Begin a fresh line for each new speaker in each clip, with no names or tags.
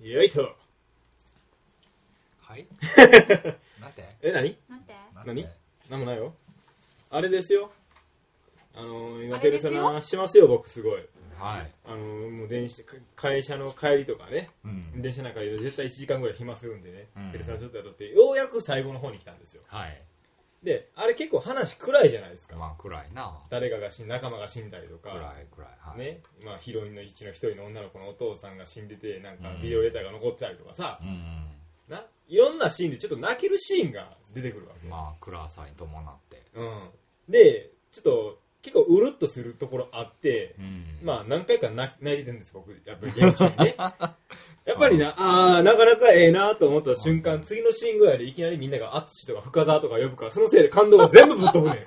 よいと。
はい なんて
え、何
なんて
なんて
何なんもないよ。あれですよ。あのー、今、
あ
ペ
れ
ル
です
ソ
よ
ナしてますよ、僕、すごい。
はい。
あのー、もう電車、か会社の帰りとかね、
うん。
電車なんかで絶対1時間ぐらい暇するんでね、
うん
ペルソナちょっとやっとって、ようやく最後の方に来たんですよ。
はい。
で、あれ結構話暗いじゃないですか。
まあ、暗いな。
誰かが死ん、仲間が死んだりとか。
暗い、暗い。はい。
ね、まあヒロインのうちの一人の女の子のお父さんが死んでてなんか
うん
ビデオレターが残ってたりとかさ
う、ん。
ないろんなシーンでちょっと泣けるシーンが出てくるわけ、
まあ、暗さに伴って。
うん、でちょっと結構うるっとするところあって
う、ん。
まあ何回か泣泣いてるんです僕やっぱり現地にねやっぱりなあーなかなかええなと思った瞬
う
間
ん
次のシーンぐらいでいきなりみんなが淳とか深澤とか呼ぶからそのせいで感動が全部ぶっ飛ぶねん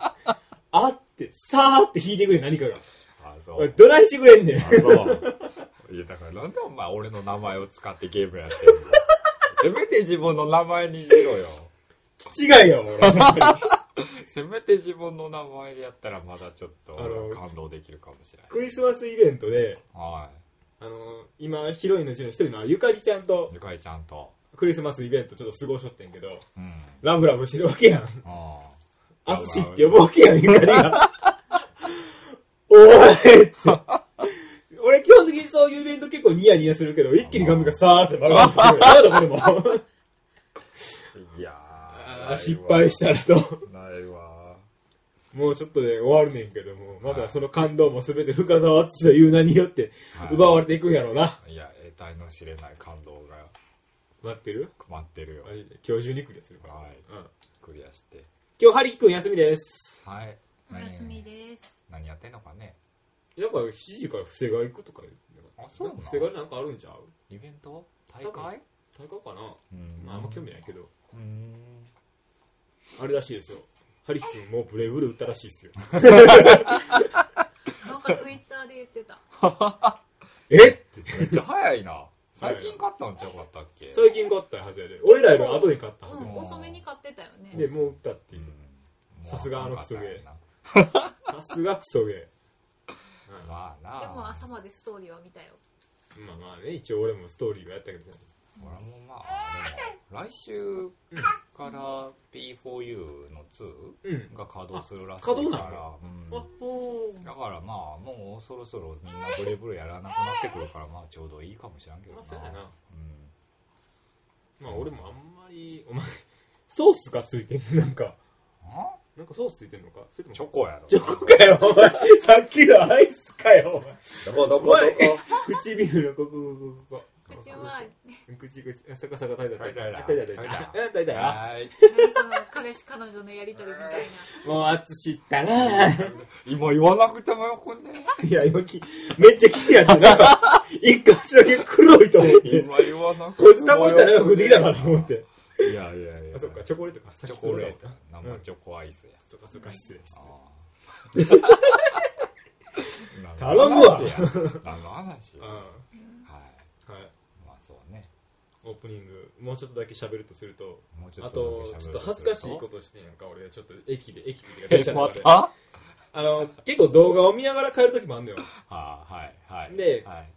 あってさーって引いてくれ何かが
あ、そ。
おいうどないしてくれんねん
あ、そう。いや、だからなんでお前俺の名前を使ってゲームやってるのせ めて自分の名前にしろよ。
気違いよ俺
せめて自分の名前でやったらまだちょっと
あの
感動できるかもしれない。
クリスマスイベントで、
は
あの、今、ヒロインのうちの一人のゆかりちゃんと
い。ゆかりちゃんと。
クリスマスイベントちょっと過ごしとってんけど、
うん。
ラブラブしてるわけやん。
あ
アスシって呼ぶわけやん、ゆかりが。おいって。俺基本的にそういうイベント結構ニヤニヤするけど、一気に画面がさーって曲がってくる。なんだこれも。
いや
あー失敗したらと。
た。ないわ。
もうちょっとで終わるねんけども、まだその感動も全て深沢淳という名によって奪われていくんやろうな。
いや、得体の知れない感動が
待ってる
困ってるよ
マ。ジで今日中にクリアするから。
はい
うん
クリアして。
今日、ハリキ君休みです。
はい。
お休み
で。
です
何やってんのかね
なんか、7時から伏せが行くとか言ってなかった
あそうなの
伏せがなんかあるんちゃう
イベント
多
大会
分大会かな、
うん
まあ、あんま興味ないけど。
うん。
あれらしいですよ。ハリキ君もうブレイブルー打ったらしいですよ。
なんかツイッターで言ってた
えって。
めっちゃ早 いな。最近買ったんちゃうかったっけ
最近買ったはずやで。俺らより後に買ったはず
う
や
ん遅めに買ってたよね
で。で、もう打ったっていうう。
ん
さすがあのクソゲー
もう買ったんやな
さすがクソゲー。まあ
まあな。
でも朝までストーリーは見たよ
まあまあね、一応俺もストーリーはやったけどさ。
俺もまあ、でも来週から P4U の2
うん。
が稼働するらしい
あ
から。
稼働な
うん
あ、ほー
だからまあ、もうそろそろみんなブレブレやらなくなってくるから、まあちょうどいいかもしらんけど
ま
な
あ、。そうやな。
うん
まあ、俺もあんまり、お前、ソースがついてんのなんか。
あ
なんかソースついてんのかそれとも
チョコやろ。
チョコかよ、お前。さっきのアイスかよ、
どこど
お前。お前、唇のここ、ここ、ここ。
口は
口、口、あ、逆さが耐えた、耐え
はい
た、耐えた、耐えた。耐えたよ。
はい。
何かの彼氏彼女のやりとりみたいな
もう、あつしった な
今言わなくてもよくね。
いや、今き、めっちゃ気になって、なんか、一箇所だけ黒いと思って。
今言わなくても
こいつ多分いたらよくできたからと思って。
いやいやいや。
あ、そっか、チョコレートか。さっ
チ
き
ョコレー
チョ
ト。生チョコアイスや。
そっか、そっか、失礼です。
あー
頼むわ
何の話
うん。
やはい。
ははい。
まあそうね。
オープニング、もうちょっとだけ喋るとすると、
もうちょ
あ
っと
と
だ、け
ちょ
喋
っ
る
と恥ずかしいことしてんやんか、俺、ちょっと駅で、駅で、
え
電車の
ま
中で
たは
あの、結構動画を見ながら帰ると きもあんのよ。
あはいはい。
で
はい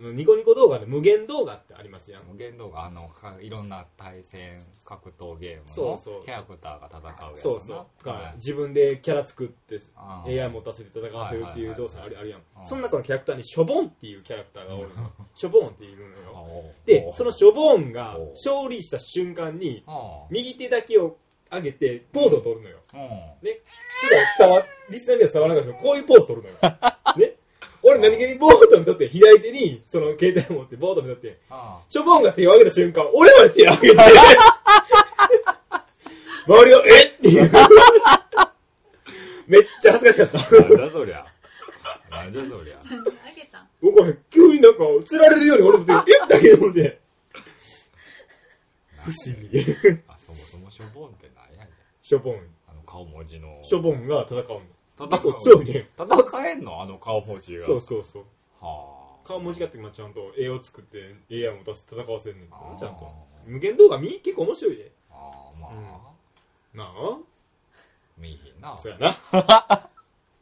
あの、ニコニコ動画で無限動画ってありますやん。
無限動画、あの、かいろんな対戦格闘ゲーム
そう
の
そう
キャラクターが戦うやつな。
そうそう。と
は
か
い、
自分でキャラ作って、
あー
AI 持たせて戦わせるっていう動作あるあるやん
う。ん
その中のキャラクターにショボンっていうキャラクターがおるの。ショボンっていうの
あ
よ。
おう
で
お、う
そのショボンが
お
勝利した瞬間に、
あ
右手だけを上げてポーズを取るのよ。
あう
ちょっと伝わ、リスナーには伝わらなかったけど、こういうポーズ取る のよ。ね俺何気にボートにとって、左手に、その携帯を持って、ボートにとって、
あ
ショボンが手を挙げた瞬間、俺まで手を 挙げて、周りが、えっていう。めっちゃ恥ずかしかった。
なんじゃそりゃ。なんじゃそりゃ。
何あげたん
僕は急になんか、釣られるように俺も 手を、えだけ飲んで、不思議。
あ、そもそもしょぼんってなんやねん。
ショボン、
あの顔文字の。
ショボンが戦うの。
戦
結構強いね。
戦えんのあの顔文字が。
そうそうそう。
はあ。
顔文字がって、まあ、ちゃんと絵を作って AI も出して戦わせんねんけど
あ
な
ー
ちゃんと。無限動画見結構面白いで。
ああ、まあ、
なあ
見えへんな。
そう やな。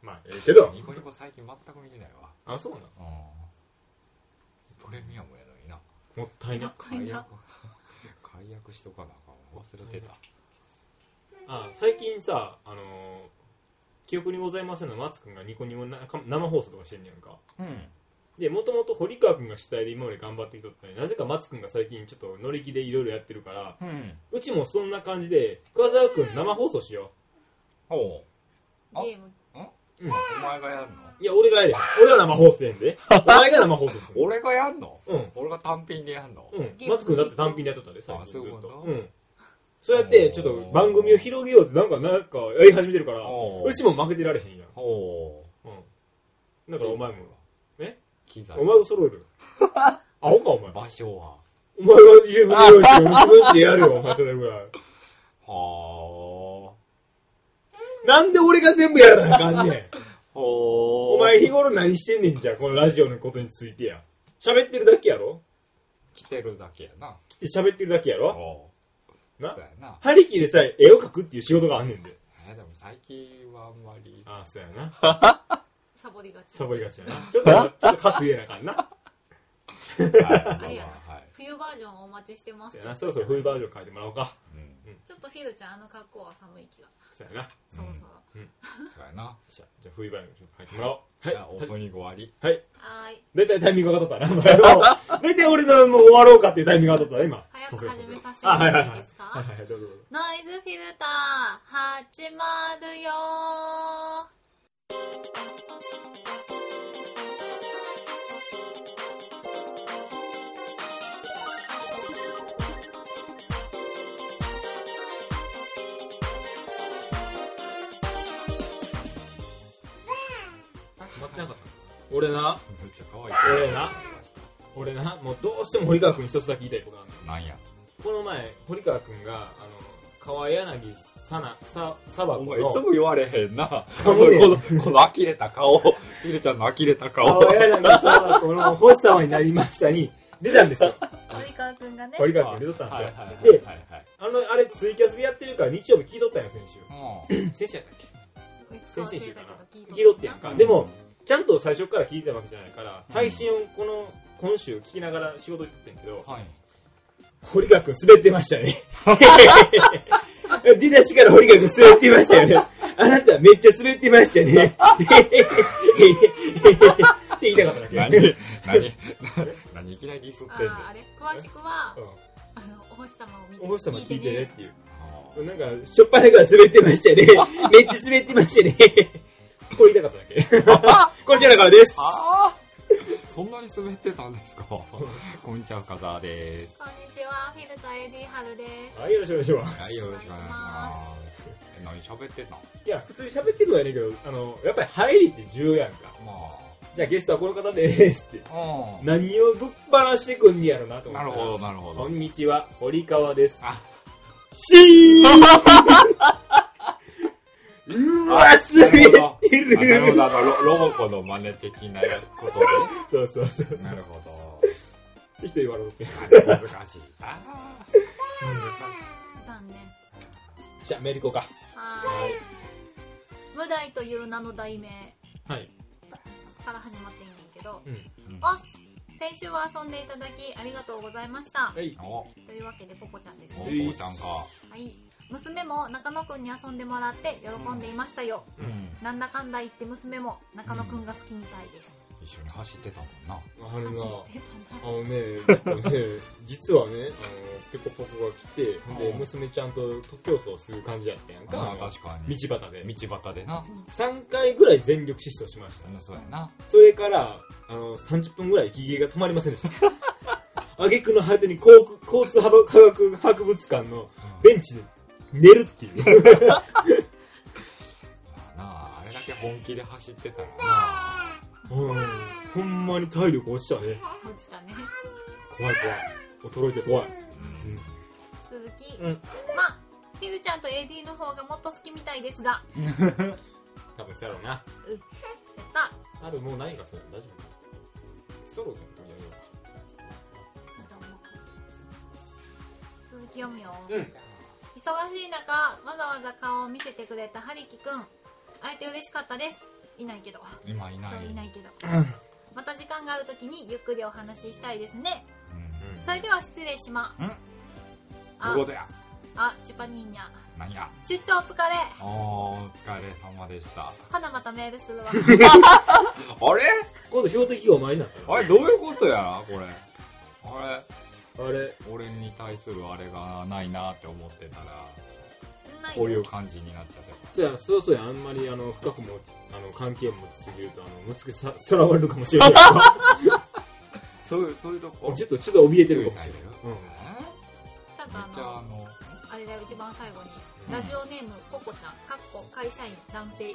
まあ、ええけど。
ニコニコ最近全く見てないわ。
あ、そうなの
うん。プレミアムやのにな。
もったいな。
解約
解約しとかなあかんわ忘れてた
あ、最近さ、あのー記憶にございませんの松くんがニコニコなか生放送とかしてんねやんか。
うん
で、もともと堀川くんが主体で今まで頑張ってきとったのに、なぜか松くんが最近ちょっと乗り気でいろいろやってるから、
うん
うちもそんな感じで、桑沢くん生放送しよ
おうあ
ゲーム
う。うん。
お前がやんの
いや、俺がやで。俺は生放送やんで。お前が生放送する。
俺がやんの
うん。
俺が単品でやんの
うん。松くんだって単品でやっとったで、最
あ
近ず
そ
っ
ういうことと。
うん。そうやって、ちょっと番組を広げようって、なんか、なんか、やり始めてるから、
お
うちも負けてられへんやん。
おお
うん。だからお前も、ね
機材
お前が揃える。アホか、お前。
場所は
お前が自分の用意して、自分でやるよ、お前それぐらい。
は
なんで俺が全部やらなあかんねん。
あお
お前日頃何してんねんじゃん、このラジオのことについてや。喋ってるだけやろ
来てるだけやな
来て喋ってるだけやろ
おう
な
そうやな
張り切りでさえ絵を描くっていう仕事があんねんで。
えでも最近 はあんまり
ああ、そうやな。
サボりがち
サボりがちやな。ちょっと、ちょっと勝つ言えなあかんな。
はいまあまあ
あれやな
はい
冬バージョンお待ちしてま
そ
す
うやな、そろそろ冬バージョン変えてもらおうか。
うん
ちょっとフィルちゃんあの格好は寒い気が
そうやな。
そうそう、
そうやな
じゃあ、じゃあ冬バージョン変えてもらおう。は
じ
い
ゃあオープニング終わり
はい。
はーい
大体タイミングが当たったな。もう 大体俺のもう終わろうかっていうタイミングが当たったな、今。
早く始めさせて
あ、
も
はいは
ら
い
っ
は
てい
い。
いですか、
はいはいはい、どうぞどうぞ。
ノイズフィルター始まるよ
待ってなかった。俺な、
めっちゃ可愛い
俺な、俺な、もうどうしても堀川くんに一つだけ言いたいことがある
なんや
この前、堀川くんが、あの、川柳さな、さ、さば
お
こ
前いつ
の、
も言われへんな。こ
顔
の、こ
で
の、この呆れた顔。ひるちゃんの呆れた顔。
川柳さばこの星様になりましたに、出たんですよ。
堀川くんがね
堀川くん出とったんですよ。
はい
で
はいはい。
あの、あれツイキャスでやってるから日曜日聞いとったんよ、先週。
も
先週やったっけ
いつか忘れたけど聞い
聞いとってやん
か
か。でも、ちゃんと最初から聞いてたわけじゃないから、配信をこの、今週聞きながら仕事行っとってんけど、
う、はい。
堀川くん滑ってましたね。 出だしから堀川くん滑ってましたよね。あなためっちゃ滑ってましたね。って言いたかっただけ。
何
うん、
何何いきなりディスってんねん。
ああれ詳しくはあのお星様を見て
お星様聞いてねっていう。
あ
なんか、しょっぱなから滑ってましたね。めっちゃ滑ってましたね。こう言いたかっただけ。 こちらからです。
あそんなに滑ってたんですかこんにちは、深澤です。
こんにちはフィルター AD 春です
はい、よろしくお願いします。
はい、よろしくお願いします。え、何喋ってたま
いや、普通に喋ってるのはやねんけど、あの、やっぱり入りって重要やんか。じゃあゲストはこの方ですって。
あ。う
何をぶっ放してくんねやろなと
ん。
思っ
な
て。
るほど、なるほ
こ
ど。
んにちは、堀川です。
あ、
シーンうわ、滑って
あなるほ
る
ど、あの、ロロボコの真似的なこと
そうそうそう。
で。なるほど。
一人笑うて。
難しい。ああ。
残念
じゃあメール行こう
はーい無題という名の題名
か。はい。
から始まってんねんけど
うん。
おっ先週は遊んでいただきありがとうございました
はい。
お、お
というわけでポコちゃんですね
こちゃんか。
はい娘も中野くんに遊んでもらって喜んでいましたよ、
うん。
なんだかんだ言って娘も中野くんが好きみたいです、
一緒に走ってたもんな。
あのな
走って
あのね、ちょっとね、 実はね、あの、ペコポコが来て、ほんで、
うん
娘ちゃんと徒競走する感じやったやん
あ
か。
確か
道
に。
端で。
道端でな。
3回ぐらい全力疾走しました。
そうやな。
それから、あの、30分ぐらい息切れが止まりませんでした。 挙句の果てに航空交通科学博物館のベンチで寝るっていう。
なあ、あれだけ本気で走ってたらな。
うんほんまに体力落ちたね。
たんだ落ちたね
怖い怖い。衰えて怖い。
続き、
うん。
まあフィルちゃんと AD の方がもっと好きみたいですが
多分そうやろうな。
やった
あるもうないか、それ。大丈夫。ストロークの時や
続き読むよ、
ろう。うん。
忙しい中わざわざ顔を見せてくれたハリキくん会えて嬉しかったですいないけど
今いない。
いないけどまた時間があるときにゆっくりお話ししたいですね
うん。
それでは失礼しま。
ん
あ
ど、こぞや
あ、チュパニーニャ。
何や
出張お疲れ。
おー、お疲れ様でした。
花またメールす るわ。
あれ
今度標的がお前になっ
あれ、どういうことやこれ。あ
たのあれ、
れ、俺に対するあれがないなって思ってたら、
ない
こういう感じになっちゃってま
そうや、そうそうや、あんまりあの、深くも、あの、関係を持ちすぎると、あの、息子さ、さらわれるかもしれないから。
す。そういう、そういうとこ。
ちょっと、ちょっと怯えて
注
る
意
かも
さ
し
れ
れ
て
ない
る。
うん。
ちゃんと
めっ
あ
ちゃあ
の、
の、
あれだよ、一番最後に。
うん
ラジオネーム、ココちゃん。かっこ、会社員、男性。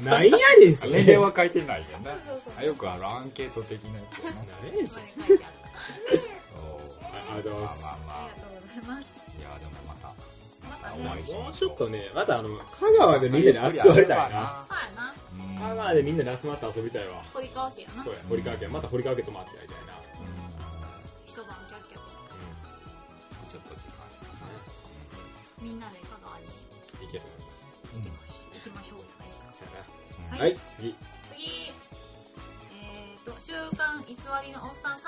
なんやねんす
年
ね。
齢は書いてないじゃんね
そうそう。
あよくあるアンケート的なやつやな。
なんやねんす
前
ね。
に書いてあった。
そう
ありがとうござい
ま
ま
あ
す
まあま
ありがとうございます。
あ、いや、でもまた、
また
お会
ね
い。し
も
ま
う
し
ち
ょ
ょ
う
っ。とね、またあの、香川でみんなで集まりたいな。
そうやな。
うん。
香川でみんなで集まって遊びたいわ。
堀川家やな
そう。や、堀川家、また堀川家泊まってやりたいな。
うん
一晩キャッキャと。
ちょっと時間ありますね
みんなで香川に
うん。いける
行きましょうじゃないで
そ
すか。
うや
うん
な
はい
はい、次。
次。えっと、週刊偽りのおっさん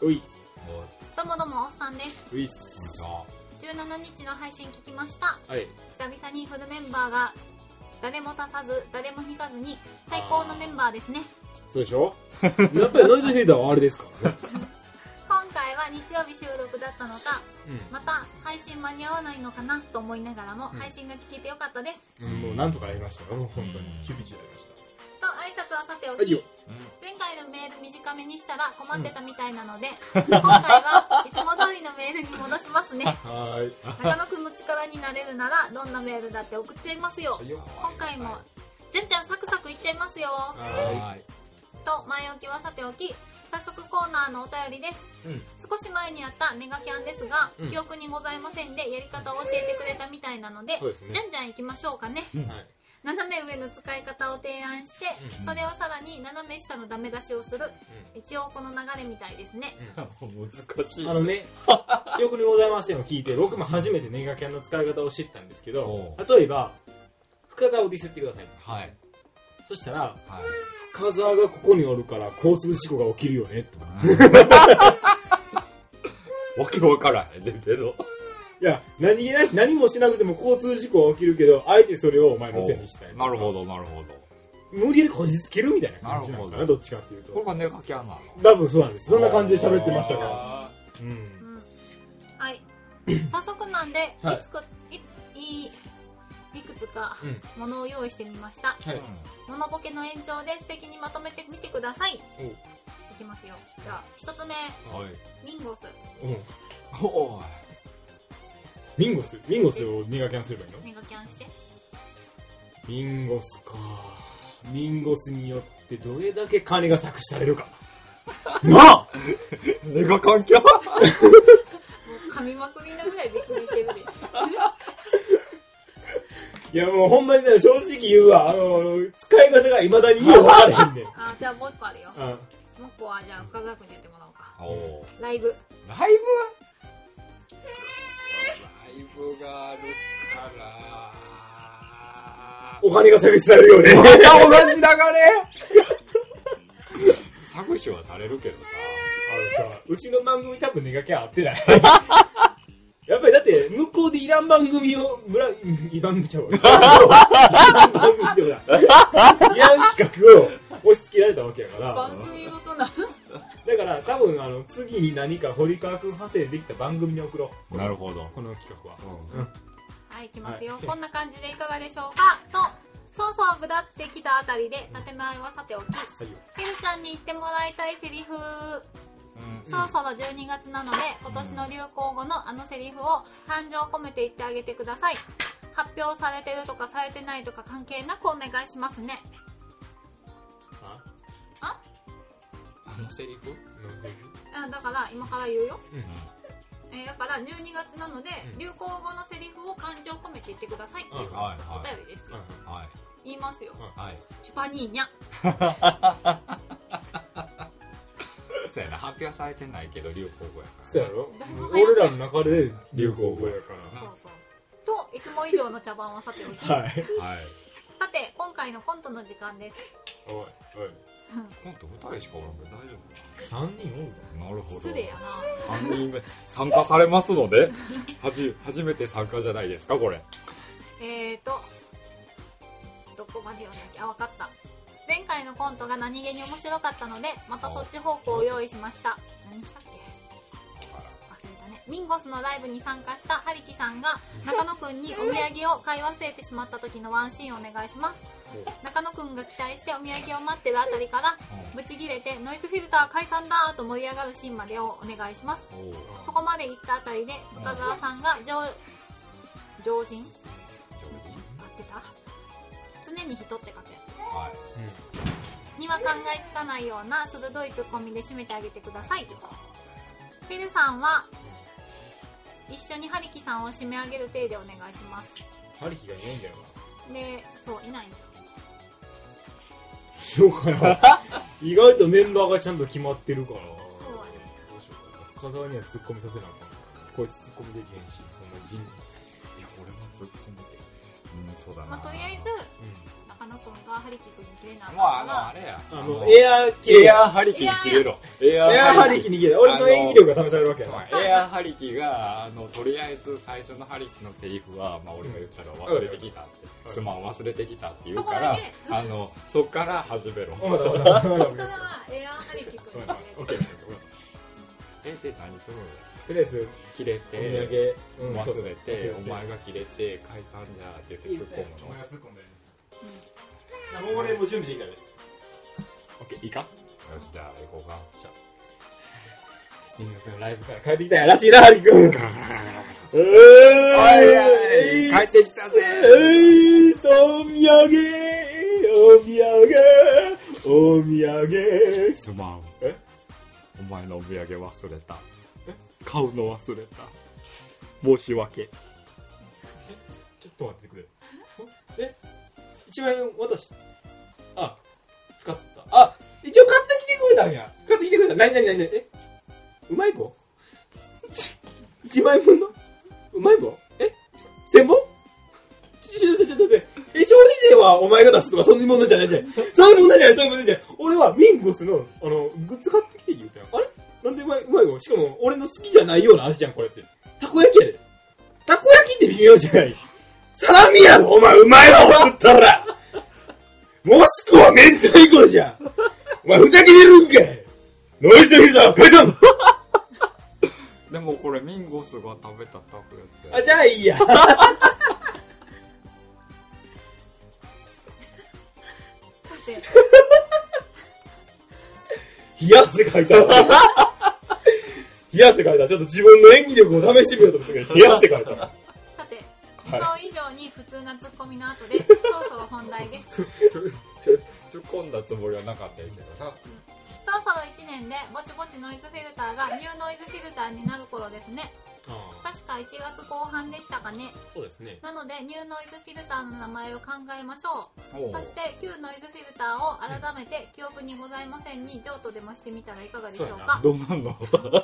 34。
うい、
お
どうもどうもおっさんです。
ういっ
こんに
す
ち。は
17日の配信聞きました。
はい。
久々にフルメンバーが誰も足さず、誰も引かずに最高のメンバーですね。
そうでし ょやっぱりノイズフィーダーはあれですからね。
今回は日曜日収録だったのか、
うん
また配信間に合わないのかなと思いながらも
うん
配信が聞けてよかったです。
うん。もうなんとかやりましたよ、もう本当に
うん。
厳しいやりまし
と挨拶はさてお
はい
き、
よ
うん
前回のメール短めにしたら困ってたみたいなので、今回はいつも通りのメールに戻しま すね。
た。はーい。
中野くんの力になれるならどんなメールだって送っちゃいますよ。今回も
は、
じゅんちゃんサクサクいっちゃいますよ。
は
ーい
と、前置きはさておき、早速コーナーのお便りです。
ーい。うん。
少し前にあったネガキャンですが、
うん
記憶にございませんで、やり方を教えてくれたみたいなので、
そうですね
じゃんじゃん行きましょうかね。
はい。
斜め上の使い方を提案して、
うん
それをさらに斜め下のダメ出しをする、一応この流れみたいですね。
もう難しい
あの ね、記憶にございませんを聞いて、僕も初めてネガキャンの使い方を知ったんですけど
お、
例えば、深沢をディスってください。
はい
そしたら、
はい
深沢がここにおるから交通事故が起きるよね、とか。
わけわからへんねんけど
いや、何気ないし、何もしなくても交通事故は起きるけど、あえてそれをお前のせいにしたい。
なるほ。どなるほど
無理やりこじつけるみたいな感じなのか
なる
な、
ほ
どっちかっていう
ことれ。がネガキャンなの
多分そうなんです。そんな感じで喋ってましたから。
あ
う。
うんん。 はい。早速なんで、
はい
いつか、い、い、いくつか
うん
ものを用意してみました。
は
ー
い。
モノボケの延長で素敵にまとめてみてください。い
おう
きますよ。じゃあ、一つ目、
うんはい
ミンゴス。
うん。
おい
ミンゴス。ミンゴスをネガキャンすればいいの
メガキャンして。
ミンゴスか。ミンゴスによってどれだけ金が搾取されるか。なあ
ネガ関係
もう噛みまくりなぐらいびっくりしてるで。
いやもうほんまにね、正直言うわ。あの、使い方が未だにようわから へんねん。
あ、じゃあもう一個あるよ。
あ
もう一個は、じゃあ深澤くんにやってもらおうか。
おお
ラ
ライ
イブ。
ブライブがあるから
お金が搾取されるよね。
また同じ流れ搾取はされるけどさ
あのさ、うちの番組多分ネガキャン合ってない。 やっぱりだって、向こうでいらん番組を、むら、いらんちゃうわ。いらん番組ってことだ。いらん企画を押し付けられたわけやから。
番組ごとな。
だから多分あの、次に何か堀川くん派生できた番組に送ろう。
なるほど
この企画は。
はい、いきますよ。
はい
こんな感じでいかがでしょうかと、そうそうぶだってきたあたりで、建前はさておき、
はいよ。
てるちゃんに言ってもらいたいセリフ、
うん
そろそろ12月なので、今年の流行語のあのセリフを感情を込めて言ってあげてください。発表されてるとかされてないとか関係なくお願いしますね。
あ
あ
あのセリフ
あだから、今から言うよ。
うん。
えーだから、12月なので、
うん
流行語のセリフを感情を込めて言ってくださいっていう
うん
はい
お
はい
便りです
う
よ。
ん
はい
言いますよ。
はい
チュパニーニャ。
そうやな発表されてないけど流行語やから
そうやろ
だいぶ早い
俺らの中で流行語やか
そうそう。と、いつも以上の茶番はさておき。
ら。はい。
はい
さて、今回のコントの時間です。
おい、おい。
コント2人しかおらんけど大丈
3人おるか
夫なるほど。
失礼やな。
3人目、参加されますので、はじ、初めて参加じゃないですか、これ。
えーと、どこまで読んだっけあ、わかった。前回のコントが何気に面白かったので、またそっち方向を用意しました。何したっけ忘れたね。ミンゴスのライブに参加したハリキさんが、中野くんにお土産を買い忘れてしまった時のワンシーンをお願いします。中野くんが期待してお土産を待ってるあたりから、ブチギレてノイズフィルター解散だーと盛り上がるシーンまでをお願いします。
おう
そこまで行ったあたりで、深澤さんが上、常人合ってた常に人って書くや
はい。
つには考えつかないような鋭いツッコミで締めてあげてくださいペルさんは一緒にハリキさんを締め上げる体でお願いします
ハリキがいないんだよ
でそういないんだ
そうかな 意外とメンバーがちゃんと決まってるから
そうやね
どうしようかな深沢には突っ込みさせなあかんこいつ突っ込みできへんしそんな人
いや、俺もずっと見て。うん、そうだな。
まあ、とりあえず
う
中野くんがハリキ君に切れなかった
まあ、あの、あ
ら
れや。
んあのエアーキ
エ
ア
アーハリキ切れろ。エ
エアーハリ
キ。
キに消えた俺の演技力が試されるわけやな
そうエアーハリキが、あの、とりあえず最初のハリキのセリフは、まあ俺が言ったら忘れてきたって、
うん
すまん忘れてきたって言うから、
そこだけ
あの、そっから始めろ。
まだまだまだま だ
そしたらエアーハリキ君に
オッ
切
ケーとり
え、で何するのよ
れて
あえず
切れ
お
て、
土産うんそうそう
忘れて、お前
忘
が切れて、解散じゃって言って突っ込む
お前
の
が。突っ込んでもう俺もう準備できたで
オッケー、いいかよし、じゃあ行こうか。じゃ
新庄さんのライブから帰ってきたんやらしいなハリ君う
い
ー
帰ってきたぜ
うーお土産お土産お土産
すまん。
え
お前のお土産忘れた。買うの忘れた。申し訳。
ちょっと待ってくれ。え ?1 万円渡し、あ、使った。あ、一応買ってきてくれたんや。買ってきてくれた。なになになにえうまい棒 ?1 万円分のうまい棒え千本ちょ、ちょ、ちょ、ちょ、ちょ、ちょ、え、消費税はお前が出すとか、そういうものじゃないじゃん。そういうものじゃない、そういうものじゃない。俺はミンゴスの、あの、グッズ買ってきて言うたよ。あれなんでうまい、うまい棒しかも、俺の好きじゃないような味じゃん、これって。たこ焼きやで。たこ焼きって微妙じゃない。サラミやろ、お前、うまいわ、おったら。もしくは明太子じゃん。お前、ふざけてるんかい。ノイズフィルター、解散
でもこれミンゴスが食べたたこ焼きや
あ、じゃあいいや。
さて
冷や汗かいた。冷や汗かいた。ちょっと自分の演技力を試してみようと思ったけど、冷や汗かいた。
さて
は
理
い
想以上に普通なツッコミの後で、そろそろ本題です
突っ込んだつもりはなかったんやけどな。
そろそろ1年でぼちぼちノイズフィルターがニューノイズフィルターになる頃ですね確か1月後半でしたかね
そうですね。
なのでニューノイズフィルターの名前を考えましょ
お
うそして旧ノイズフィルターを改めて記憶にございませんに譲渡でもしてみたらいかがでしょうか
どうなんの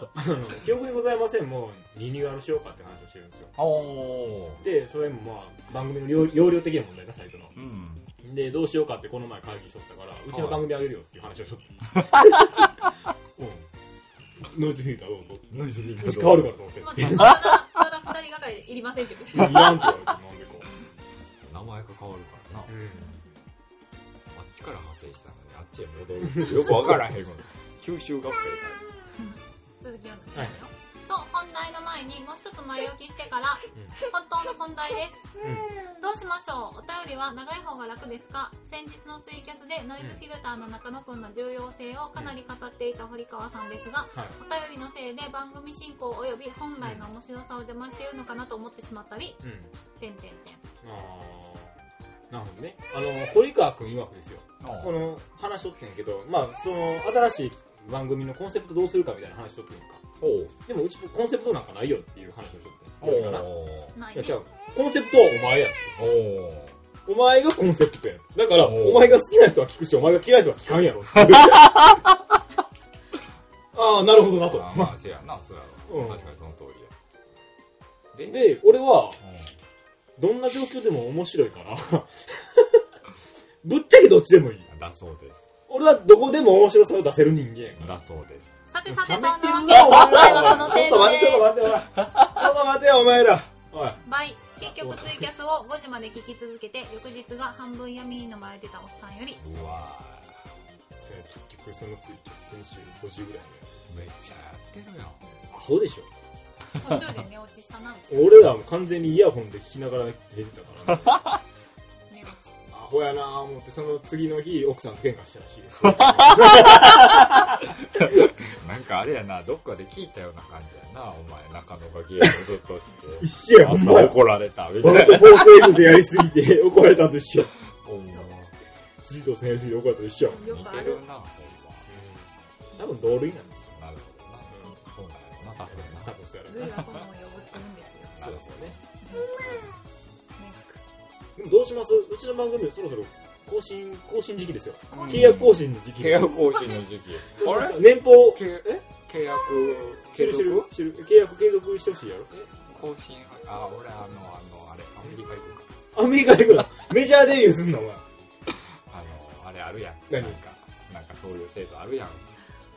記憶にございませんもうリニューアルしようかって話をしてるんですよ。
おー。
で、それもまあ、番組の容容量的な問題な、サイトの。
うん。
で、どうしようかってこの前会議しとったから、うちの番組あげるよっていう話をしとった。うん。ノイズフィルターどうぞ。
何しに
うち変わるからと思って。
まあ、まだまだ2人がかりでいりませんけど
いらんって言われて、なんでか。
名前が変わるからな。あ
う
っちから派生したのにあっちへ戻る って。よくわからへんもん。九州合併か
続きを読んでみますよと本題の前にもう一つ前置きしてから
ん
本当の本題です
ん。うん。
どうしましょうお便りは長い方が楽ですか先日のツイキャスでノイズフィルターの中野くんの重要性をかなり語っていた堀川さんですが、
はい。
お便りのせいで番組進行および本来の面白さを邪魔しているのかなと思ってしまったり、
うん。
てんてんてん。
あーなるほどね。あの、堀川くん曰くですよ。
ら
この、話しとってんけど、まあ、その、新しい番組のコンセプトどうするかみたいな話しとってんか。
ほう。
でも、うちコンセプトなんかないよっていう話をしとってん。俺
お
かな。い
ない
や、
ね。
違う。コンセプトはお前やって。
おー。
お前がコンセプトやろ。だから、
おう
お前が好きな人は聞くし、お前が嫌いな人は聞かんやろ。 ああ、なるほどなと。
あまあ、せやな、そうやろ。
うん
確かにその通りや。で、
で、俺は、
うん
どんな 状況でも面白いから、ぶっちゃけどっちでもいい。
だそうです。
俺はどこでも面白さを出せる人間やから。
だそうです。
さてさて、そんなわけで、今回はこの
ちょっと
程度
待って、ちょっと
で、
待って、おい。ちょっと待ってよ、お前ら。おい。
バイ。結局ツイキャスを5時まで聞き続けて、翌日が半分闇に飲まれてたおっさんより、
うわ
結局そのツイキャス先週50ぐらい
ーめっちゃやってるよ。
のアホでしょ。
途中で寝落ちしたな、うち。
俺らも完全にイヤホンで聞きながら寝てたから、ね、
寝落ち。
アホやなぁ思って、その次の日、奥さんと喧嘩したらしいです。
なんかあれやな、どっかで聞いたような感じやな、お前、中野がゲームずっとして。
一緒やん、お
朝
前。
怒られた、みたい
俺
な
と。フォー クエイブでやりすぎて怒られたと一緒。
ほんま
辻堂先生で怒られたと一緒。
よ
似
く
て
ある
る。な、ほん
多分同類なんですよ。
ま。なるほどな。そうなのよな、多分な。
多分そうやろ
ル
な
イは炎を汚すんですよ。
そうですよね。
迷惑
でもどうしますうちの番組そろそろ更新、更新時期ですよ。
うん
契約更新の時期
契約更新の時期。あれ
年俸、
契
え
契約、
知
継
る知る
続
知る契約継続してほしいやろ
更新、あ、俺あの、あの、あれ、アメリカ行くか。
アメリカで行くのメジャーデビューすんのお前。
あの、あれあるやん。
何
なんか、なんかそういう制度あるやん。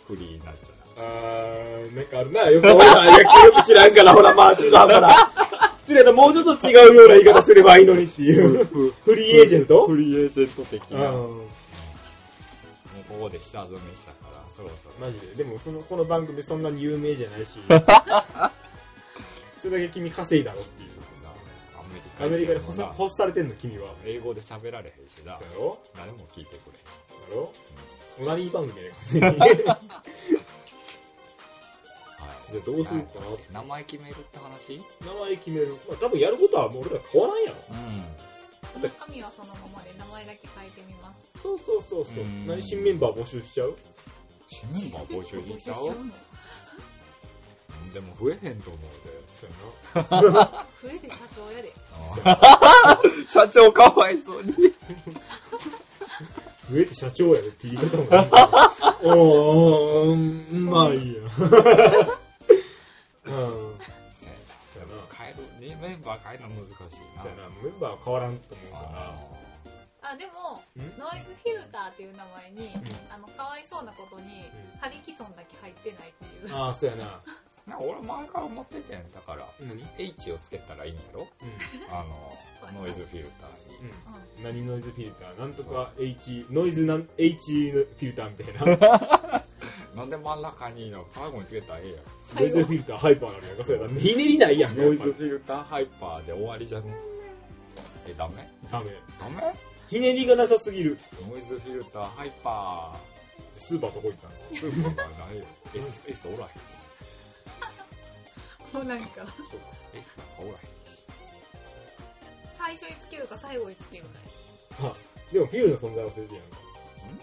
フリーになっちゃう。
あー、なんかあるな。よく俺ら野球よく知らんから、ほら、まあ、中途半端な。失礼だ、もうちょっと違うような言い方すればいいのにっていう。
フ
フリーエージェント
リーエージェント的
う。
な。もうんここで下積みしたから、そろそろ。
マジで。でも、その、この番組そんなに有名じゃないし。それだけ君稼いだろっていう。
アメリカ
アメリカで
行
干
って
さ
もな
干されてんの、君は。
英語で喋られへんしな
だ。ろ
誰も聞いてくれへん。
だろ同じ番組や ね
はい。
じゃあどうするかな
はい名前決めるって話うん。
名前決める。まあ、多分やることはもう俺ら変わらんやろ。
中身はそのままで名前だけ変えてみます。
そうそうそうそう
う。ん
何新メンバー募集しちゃう
新メンバー募集しちゃ
募
お
集
う
の
うんでも増えへんと思う
そう
増えて社長やで。
で。 社長かわいそう に。
な。増えて社長やでって言い 方もあるな。おー、うん、まあい いや。うん。
ね
そうやな。
変える、ね、メンバー変えるの難しいな
そうや。な。メンバーは変わらんと思うか
あー
あ、でも、
ら。ん
ノイズフィルターっていう名前に、
ん
あの、かわいそうなことに、ハリキソンだけ入ってないっていう。
ああ、そうやな。
なんか俺前から思っててんだから、
何うん
H をつけたらいいんやろあの、ノイズフィルターに。
う
うん
ん。何ノイズフィルターなんとか H、ノイズなん H フィルターみた いな。
なんで真ん中にいいの最後につけたらええやん。
ノイズフィルターハイパーなのやんか、そうやな。ひねりないやん、
ノイズ。フィルターハイパーで終わりじゃねえ、ダメ
ダメ。
ダメ
ひねりがなさすぎる。
ノイズフィルターハイパ
スーパーとこ行ったの
ー。スーパーがないよ。S、S おらへんし。
もうなんか、
そうか、S なんかおらへんし。
最初につけるか最後につけるかや。
あでもフィルの存在忘れてるやんか。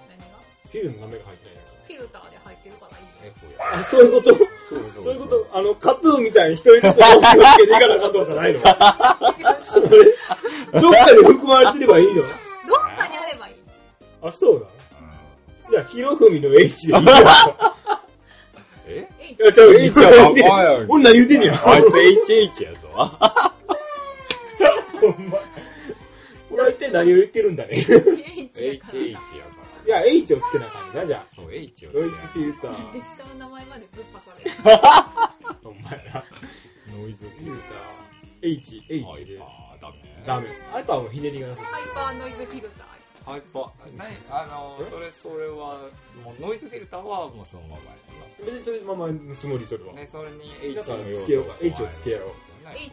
何が
フィルの名前が入ってないやんか。
フィルターで入ってるからいいよ。
F や。
あ、そういうこと
そう
そういうことあの、カトゥーみたいに一人ずつ本気をつけていかなかったじゃ ないのどっかに含まれてればいいの
どっかにあればいい。
あ、そうだ。
うん
じゃあ、ひろふみの H でいいやんか。
え
えい
い、や、ちゃう、
H は名前やん
俺何言うてんねや。
あいつ HH やぞ。
ほ んま。俺は一体何を言ってるんだね。
HH や
HH
から
や
な。
から。
いや、H をつけなあかんねんな、じゃあ。
そう、H を
ロイズフィルタ
なんで
ー。
下の名前までぶっ刺される。
ほんまやな。
ノイズ
フィルター。H、
ハイ
H で
パ。ー、ダメ。
ダメ。アイパーもひねりがなさ
ハイパーノイズフィルター。
ハイパー、ない、あの
え、
それ、それは、もうノイズフィルターはもうそのままや
す別にそれままのつもりそれは。
な。ね、それに H
だから
の要素
つけようか。H をつけよ
ね
H,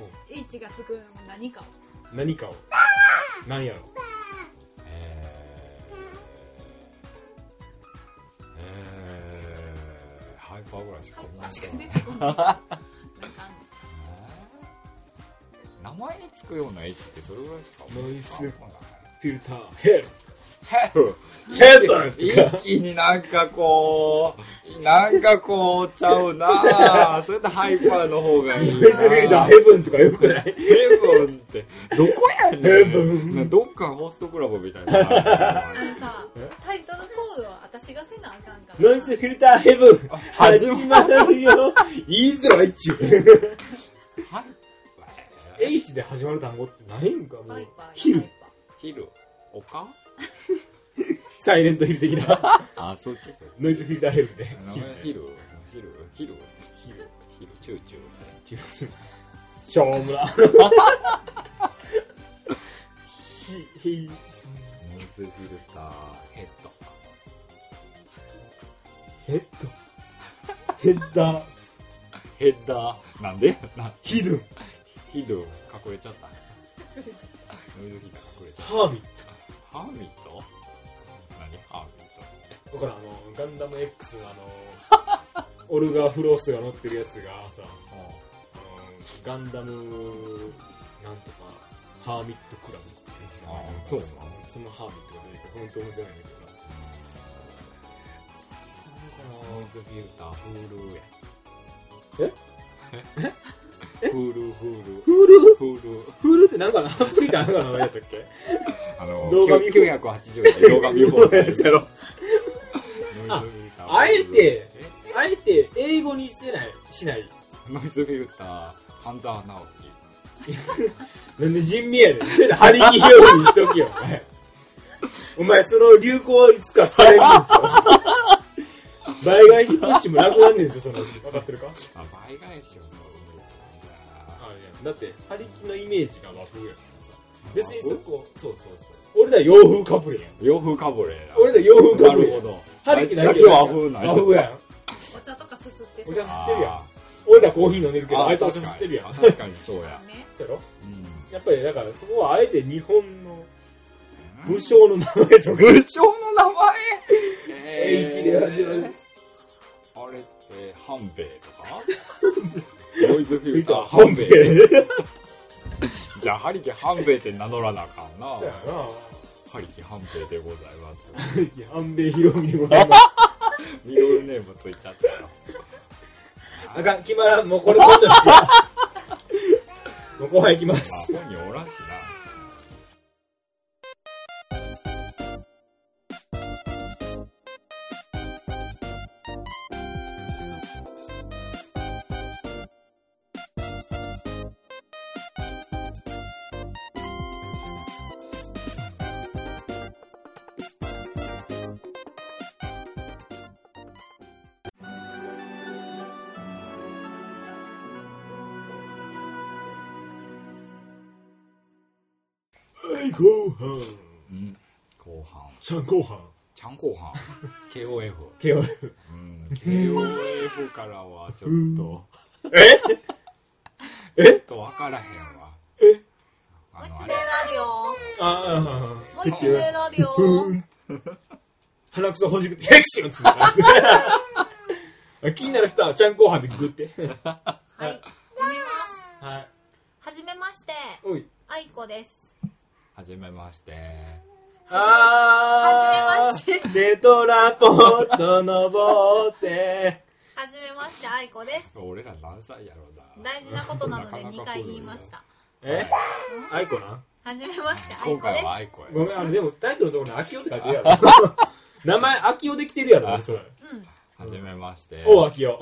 H がつく何かを。
う。何かを。何やろ。
えーえーハイパーぐらいしか思い
確かに
え
出てこない。なんかあんの
ー名前につくような H ってそれぐらいしか思い浮かばない
フィルター。ヘル。
ヘル
ヘルだって
一気になんかこう、なんかこうちゃうなぁ。それとハイパーの方がいいな。
ノイズフィルター、ヘブンとかよくない
ヘブンって、どこや
ヘ
ね
ブ
ん。
ン
などっかホストクラブみたいな。
あのさ
え、
タイトルコールは私がせなあかんから。
ノイズフィルターヘブン。
始
始
ま
まるよ。言いづらいっちゅう。
ハイ
H で始まる単語ってないんか、も
ハイ
う。
パー。
昼
ハイパ
ヒル、おか
サイレントヒル的な、
あ、そっちそっ
ノイズフィルターヘルで。
ち。ヒル、ヒル、ヒル、ヒル、ヒル、チューチュー。チューチュー。
しょうもな。ひ、ひ、
ノイズフィルターヘッド。
ヘッド。ヘッダー、
ヘッダー。なんでな
ヒル、
ヒド、隠れちゃった。ノイズフィルター隠れちゃっ
ハーミッ
た。ハーミット何ハーミッ
ト。
ト
だからあの、ガンダム X のあ の、オルガフロースが乗ってるやつがさ、
あ
あのガンダムなんとかハーミットクラブっていう名前なんだけど
あーそうなの
そのハーミットが出てくる本当面白いんだけどな
ノイズフィルター、フールや。
え
フール、フール。
フール
フール。
フールってなんかなアプリってなんか名前やったっけ
あの、
動画見本
980円動画見放題ですよ。
ああえてあえて英語にしてないしない
ノイズフィルター、半沢直樹。
なんで人名やねんなんで張り切るようにしときよお前お前その流行はいつかされるん ですよ倍返しプッシュもなくなんねんぞそのうち分かってるか
あ、倍返しをも
あいやだって張り切のイメージが和風やからさ
う
別にそこ、そうそうそう。俺ら洋風カップルやん。
洋風かぼれやな。
俺ら洋風か
な
ぶ
る
れや
ほ
ん。
ど。
ハリキだ
だ
け
け
やん
和風なんや
和風やん。
お茶とかすすってさ
お茶吸ってるやん
あ。
俺らコーヒー飲んでるけど、
ー
あいつお茶吸ってるやん。
あ
そ
確かにそうや。
ね
うやろ
うん。
やっぱりだからそこはあえて日本の武将の名前とか。
武将の名前
H で始まる。
あれって、半兵衛とかノイズフィルター、
半
半
兵
兵
衛。
衛。じゃあ、ハリキ半兵衛って名乗らなあかんな。
そうやな。
ハリキ半兵衛でございます。
半兵衛広美でございます。
ミドルネームついちゃったよ。
あかん、決まらん。もうこれ今度にしよ う。もう後輩行きます
ま。あ、本人おらんし
はい、後半。
な。うん。後半。
さあ、後半。
ちゃん後半。KOF。
KO。
うん。KOF からはちょっと、
え
ちょっとわからへんわ。
もう
あ
一
の、あ
例
れ。
があるよ
ああ、
もう一例があるよも
鼻くそほじくって、ヘクションつって気になる人は、ちゃん後半でグって。
はい読みます
はい。
はじめまして
おい。
あいこです
はじめまして。
あ
はじめま
ー、デトラポット登って。
はじめましてあいこです
俺ら何歳やろうな。
大事なことなので2回言いました。
えアイコな
はじめましてあい
今
こで
回
す
はアイコや。
ごめん、あれでもタイトルのところに秋代って書いてるや ろ。名前秋代できてるやろ、それ。
うん
はじめまして。
おう、秋代。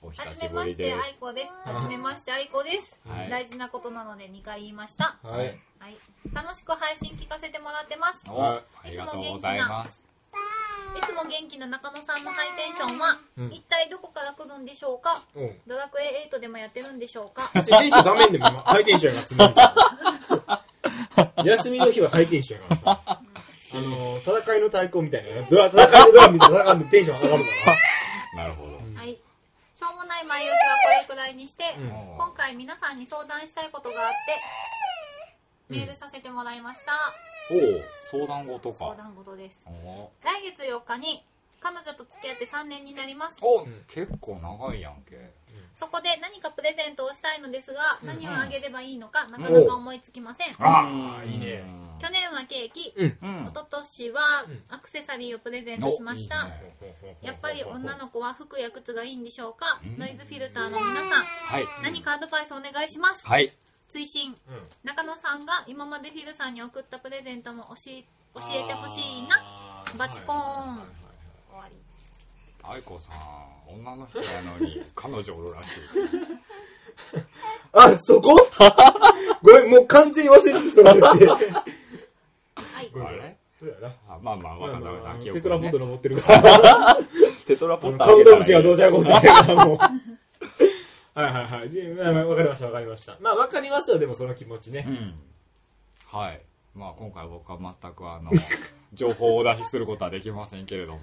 お
は
久
じめ
し
ま
ぶり
して、
で
あ
す
い。こです。
うん
はじめまして、あいこです。
はい
大事なことなので2回言いました。
はい。
はい。楽しく配信聞かせてもらってます。い
おありがとうございます。
つも元気な中野さんのハイテンションは、
うん
一体どこから来るんでしょうか
うん。
ドラクエ8でもやってるんでしょ うか
自転車ダメんでも今、拝見者が集めるから。休みの日は拝見者やからさ。あの、戦いの対抗みたいな。ドラ、戦いのドラみたいな戦いのテンション上がるから。
なるほど。
はい。しょうもない前置きはこれくらいにして、
うん
今回皆さんに相談したいことがあって、
うん
メールさせてもらいました。
おう相談事
相
か。
談事です。
お
来月4日に、彼女と付き合って3年になります。
お
ん
結構長いやんけ。
そこで何かプレゼントをしたいのですが、
うん
何をあげればいいのかなかなか思いつきません。去
あー
うん
いいね
年はケーキ、
うん
一昨年は
うん
アクセサリーをプレゼントしました。
おいいね
やっぱり女の子は服や靴がいいんでしょうか、
うん
ノイズフィルターの皆さん、
はい。
何かアドバイスお願いします。
はい。
追伸、
うん。
中野さんが今までフィルさんに送ったプレゼントも教え教えてほしいな。
な
バチコーン終わり。
愛子さん、女の人やのに、彼女おるらしい。
あ、そこ ごめん、もう完全に忘れてた。
はい。
ごめん
あれ
そうだな。
あままあまあ、わかんないわかんない。
テトラポッド。
ト
登ってるから。
テトラポッド
カ
あ
ブ
げ
ト
た
ム
ら
シがどうちゃうかもしれないから、もう。はいはいはい。でまあまあわかりました、わかりました。まあ、わかりますよ、でもその気持ちね
う。ん。はい。まあ今回僕は全く あの、情報をお出しすることはできませんけれども。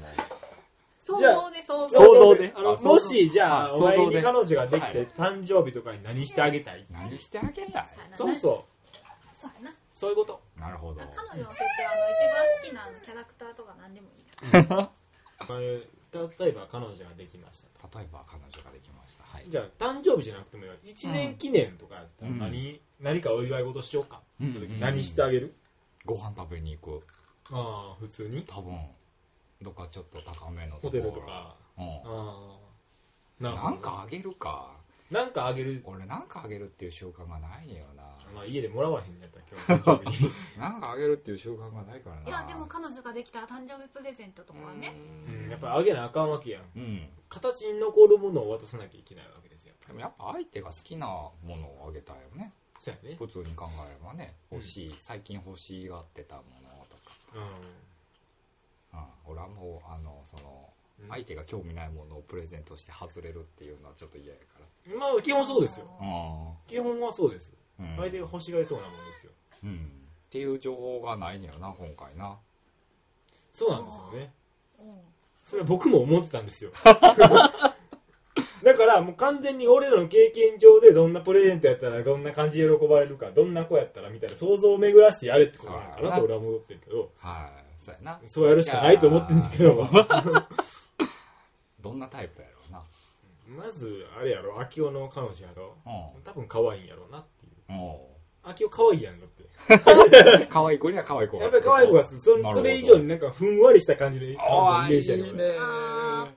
想像で想像
想像で
あの
あ想像
もし、じゃあ、
あ
お前
想像
に
で
彼女ができ
は
て、誕生日とかに何してあげたい
何してあげたい
そうそう。
そうやな
そういうこと。
なるほど。
彼女の設定はあの一番好きなあのキャラクターとか何でもいいや
まあ例えば彼女ができましたと。
例えば彼女ができました。はい。
じゃあ、誕生日じゃなくてもいいわ一年記念とかやったら何、何かお祝い事しようかって時
うんうんうん
何してあげる
ご飯食べに行く。
ああ、普通に
多分、どっかちょっと高めのとこ
ホテルと。か。
うん。
ああ。るほ
な
ど
んかあげるか。
なんかあげる。
俺なんかあげるっていう習慣がないよ
まあ、家でもらわへんやったら今日誕生日に。
な。なんかあげるっていう習慣がないからな。
いやでも彼女ができたら誕生日プレゼントとかはね
うん、やっぱあげなあかんわけやん。
うん。
形に残るものを渡さなきゃいけないわけですよ。
でもやっぱ相手が好きなものをあげたいよね。
そうやね。
普通に考えればね、欲しい、最近欲しがってたものとか。うん、俺はもう、あの、その、
うん。
相手が興味ないものをプレゼントして外れるっていうのはちょっと嫌やか
まあ、基本そうですよ。
ら。
基本はそうです。
うん。
相手が欲しがりそうなもんですよ。
うん。っていう情報がないのよな、今回な。
そうなんですよね。
うん
それは僕も思ってたんですよ。 だからもう完全に俺らの経験上でどんなプレゼントやったらどんな感じで喜ばれるかどんな子やったらみたいな想像を巡らしてやれってことなのかなと俺は思ってるけど
はい。そうやな。
そうやるしかないと思ってんだ けど
いや
も
どんなタイプやろうな。
まずあれやろ秋夫の彼女やろ
う。
多分可愛いんやろうなっていうん
も
秋夫可愛いやんだって
う、可愛い子には可愛い子が
やっぱり可愛い子がそ
なるほ
れ
ど
それ以上になんかふんわりした感じで彼女
あ
の
あ、
イメ
い
ージや
い
ね
ね
ん。
あ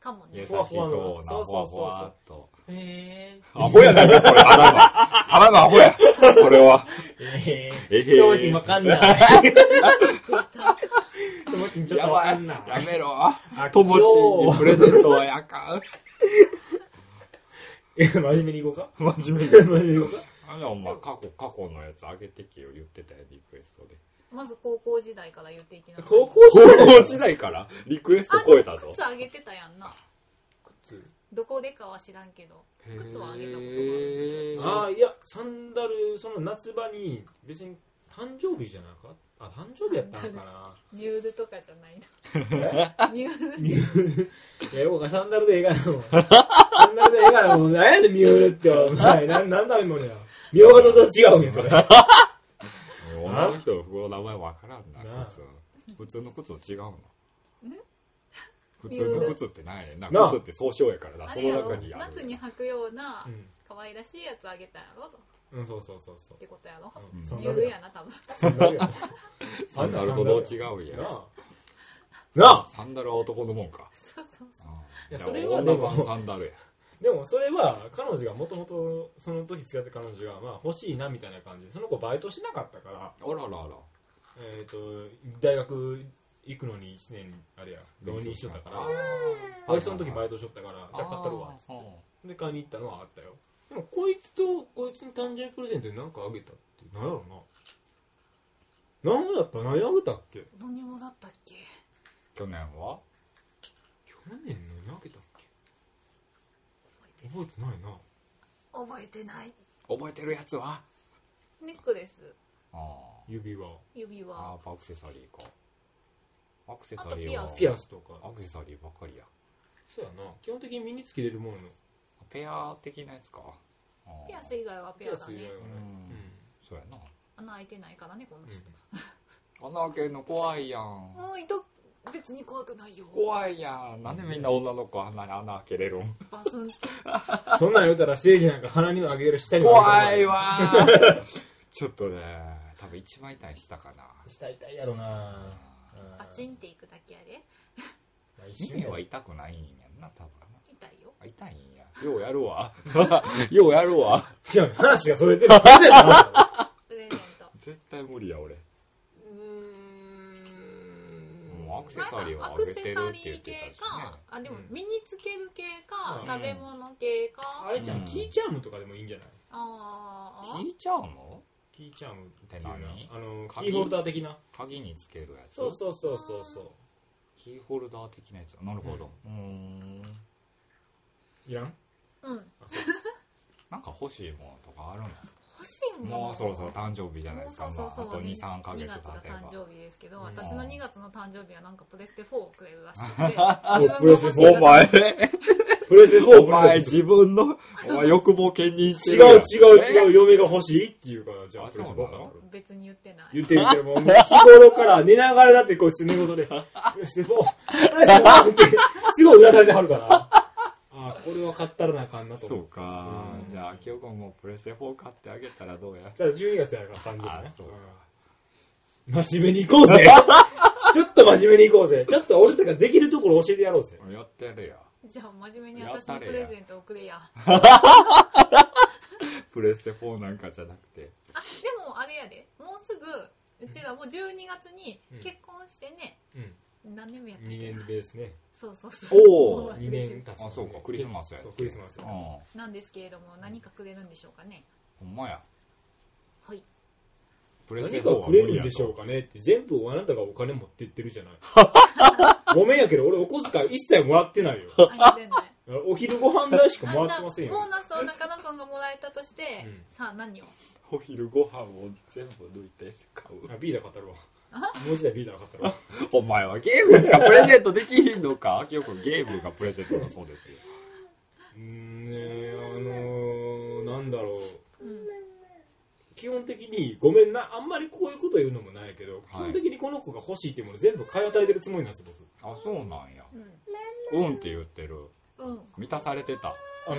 ーかも
優
ね
しそうな、
そう
ほ
そ
わ
うそう
ほわっと。
へ
アホやないか、それ。あらま。あらま、アホや。それは。
えへ
えへ
え一文字わかんない一文字ちょっ
や
とわ
ば
か
い。
んない
やめろ。
友達
友達
に
に
プ
プレゼントはやかん。
え真面目にいこうか
真面目
真面目にいこうか
あの、お前、過去、過去のやつあげてきよ、言ってたよ、リクエストで。
まず高校時代から言っていきなさい
高校
高
生
校時代からリクエスト超えたぞ。
靴あげてたやんなどこでかは知らんけど靴をあげたことがある
ああいやサンダルその夏場に別に誕生日じゃなかったあ誕生日やったのかな
ミュールとかじゃないなミュ ール
ミュールいやよくサンダルでええがなもんサンダルでええがなもん何やねんミュールってお 前なんなんだもんやみょうがとと違うんやそれ
女の人の服の名前わからん
なあ
な、靴。普通の靴と違うの。普
い
通
ろいろ
の靴ってないねんな。
なあ
靴って総称やからな、
あ
そ
れや
の
ろ
中にある。
夏に履くような
うん
可愛らしいやつあげたやろとっ
うんそうそうそうそう
てことやろ
うん
うん
サン
ミ
ダ
ュー
ル
ル
や
やな多分
サンダルや
サンダルとどう違うんや。
なあなあ
サンダルは男のもんか。
そうそうそう
いや
じゃあ
それはで
女
も
版サンダルや。
でもそれは彼女がもともとその時付き合った彼女がまあ欲しいなみたいな感じでその子バイトしなかったから、
あらららら。
えー、と大学行くのに1年あれや浪人しとったから
あー
バイトの時バイトしとったからじゃあ買ったるわ
あー
で買いに行ったのはあったよでもこいつとこいつに誕生日プレゼントで何かあげたって何やろな何やった何あげたっけ
何もだったっけ
去年は
去年の何あげたっけ覚えてないな
覚えてない
覚えてるやつは
ネックレス
あ
指輪
指
ーあ
輪
ー、アクセサリーか。アクセサ
あと
リー
ピア
は
ス。
ピアスとか
アクセサリーばっかりや。
そうやな基本的に身につけれるものの
ペア的なやつか。あー
ピアス以外はペアだね
以外は
う
ね
ん。そうやな。
穴開いてないからねこの人
穴開けるの怖いやん。
もういと別に怖くないよ
怖いやん。なんでみんな女の子穴に穴開けれる ん
バスン
そんなん言うたら、ステージなんか鼻にもあげる、下にもあ
怖
げ
い
る。。
わ ーちょっとね、多分一番痛いしたかな。
下痛いやろな
バチンっていくだけやで
耳は痛くないんやんな、多分な。
痛いよ
あ痛いんや。ようやるわ。 ようやるわ。
じゃあ、話がそれてる。 それでな
プレゼント
絶対無理や、俺。
うーん
もうアクセサリー
ア
はあ
ク
げ
セ
てる
サ
っ
リ
て言っ
ー
て
系
たしね
か。、あ、でも
うん
身につける系か
う、ん
食べ物系か、
あれじゃん、キーチャームとかでもいいんじゃない
ああ
聞いちゃうの
キーチャームっていう
って
な
何
あの、キ
鍵
ーホルダー的な。
鍵につけるやつ
そうそうそうそうそう。
キーホルダー的なやつなるほどうーん
いらん
うん。
なんか欲しいものとかある
欲しい
の
もの
もうそろそろ誕生日じゃないですか
も
ま
うそう
ああ
そうそう
と23ヶ月経
2月が
てば
誕生日ですけど、
うん
私の2月の誕生日はなんかプレステ4をくれるらし くて
おプレステ
自分が欲しい
4
お前
プレゼン4
お前自分のお前欲望兼任して
違
るや
う
ん
違う違う、嫁が欲しいって言うから、じゃあ、
あ
プレゼン
そう
4
な
買
の
ってくる
別に言ってない
言ってる言ってる、もう 日頃から寝ながらだってこいつ寝言で、プレゼン4、プレゼン4って、すごいうなされてはるから、ああ、これは買ったらなあかんなと
そ
思
う
う。
か、
うん
じゃあ清子もプレステ4買ってあげたらどうや
ただ12月やから誕生日
あ
ね
そうか。
うん真面目に行こう ぜ。ちょっと真面目に行こうぜ。ちょっと俺とかできるところ教えてやろうぜ。
やってるや
じゃあ真面目に私のプレゼントをくれや
プレステ4なんかじゃなくて
あでもあれやでもうすぐうちらも12月に結婚してね、
うん。
何年目やったっけ
2
な
年目ですね。
そうそうそう
おー
もう忘れて
2
る
年経つ、ね。
あそうかクリスマスや
そう、クリスマス
う
や
んほ
なんですけれども何かくれるんでしょうかね
んまや
はい
プレ
何
ステ
か
4は
く
無
れる
理
ん
や
でしょう
と
かねって、全部あなたがお金持ってってるじゃ ない。ごめんやけど、俺お小遣い一切もらって ないよ。
あげれない
お昼ご飯代しか
あ
も
ん
らったて
ボ
ません
ー
よ。
ナスを中野くんがもらえたとして、
うん
さあ何を
お昼ご飯を全部抜いて買う
あビール買ったろう。もう一台ビール買ったろ う。
お前はゲームしかプレゼントできひんのか清子ゲームがプレゼントだそうですよ
うーんねあのー、なんだろう。
うん
基本的に、ごめんな、あんまりこういうこと言うのもないけど、基本的にこの子が欲しいってもの全部買い与えてるつもりなんですよ、僕。
あそうなんや
うん
うんって言ってる
うん
満たされてたあ
あの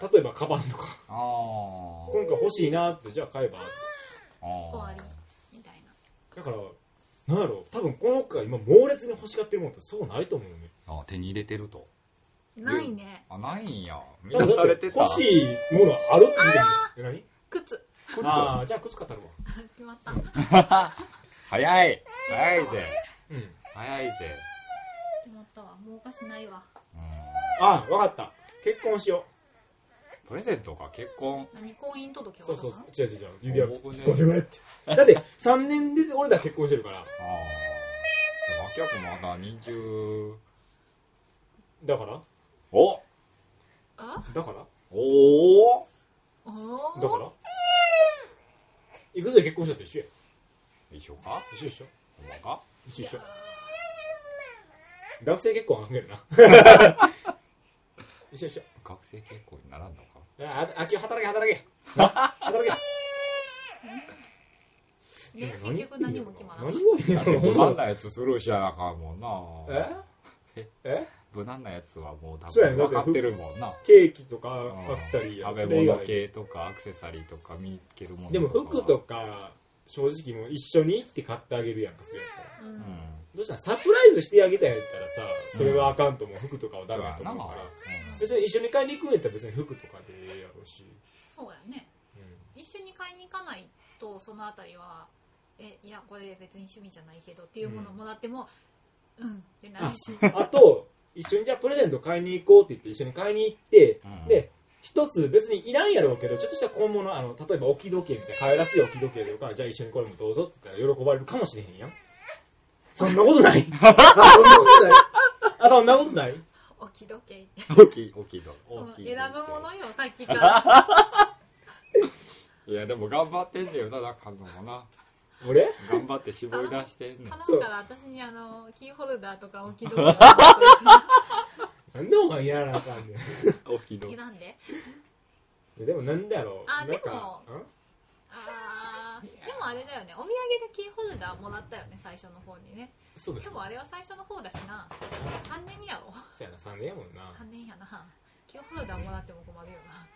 ー、例えばカバンとか、
あ
今回欲しいなって、じゃあ買えば。
ああ
終わみたいな
だから、なんやろう、多分この子が今猛烈に欲しがってるものってそうないと思うよね。
あ手に入れてると
ないね
あないんや
多分
満た
だ
さ
っ
れてた
欲しいものあるって言うてるんですよ
靴
え何ああ、じゃあ靴買ったるわ。
決まった
早い早いぜ
うん。
早いぜ
決まったわもうお菓子ないわ
うん
ああ、わかった。結婚しよ
プレゼントか結婚
何婚姻届
う。
を
そ
渡
う
す
そうそう。違う違
の
う違う。指輪。
お僕ね
これって。だって、3年で俺ら結婚してるから。
ああでも秋山君まだ20
だから
お
あ
だから
おお
お
だか
ー
らいくつで結婚したって一緒や。
一緒か
一緒一緒。
ほんまか
一緒
い
一
や
緒。学生結婚あんね んな。一緒一緒。
学生結婚にならんのか
あ、あ秋働け働 け。働け。
ーね結局何も決まらない
何を言う
だって無
の
難なやつスルーしやなあかんもんな
ええ
無難なやつはもう多
そうやね
分分かってるもんな
ケーキとか
うん
アクセサリーや
食べ
それ以
物
外
系とかアクセサリーとか身につけるもの
でも
かは
服とか正直もう一緒に行って買ってあげるやんかそれやったら
う
うん
ん
どうしたらサプライズしてあげたんやったらさそれはあかんと思う服とかは
そ
ダ
う
メ
や
だと
な
思うから
う
別に一緒に買いに行くんやったら別に服とかでええやろうし、
そうやね一緒に買いに行かないとそのあたりはえいやこれ別に趣味じゃないけどっていうものもらってもうん、ってなるし
うんあと一緒にじゃあプレゼント買いに行こうって言って一緒に買いに行って
んうん
で一つ別にいらんやろうけどちょっとした小物あの例えば置き時計みたいな可愛らしい置き時計とかじゃあ一緒にこれもどうぞって言ったら喜ばれるかもしれへんやんそんなことないあそんなことないあそんなことない
置き時計
大きい大きいの
そ
大
の
きい
選ぶものよさっきから
いやでも頑張ってんねよなだかんのもな
俺
頑張って絞り出してんねん
頼んだら私にあのキーホルダーとか置き時計とか
なんでお前やらなあかんねん
大きいの
選んで
いやでもなんだろう。
あ
なんか
であーでもあれだよねお土産でキーホルダーもらったよね最初の方にね
んそうです
で
ね。
もあれは最初の方だしな3年やろ
そうやな、3年やもんな。
3年やなキーホルダーもらっても困るよな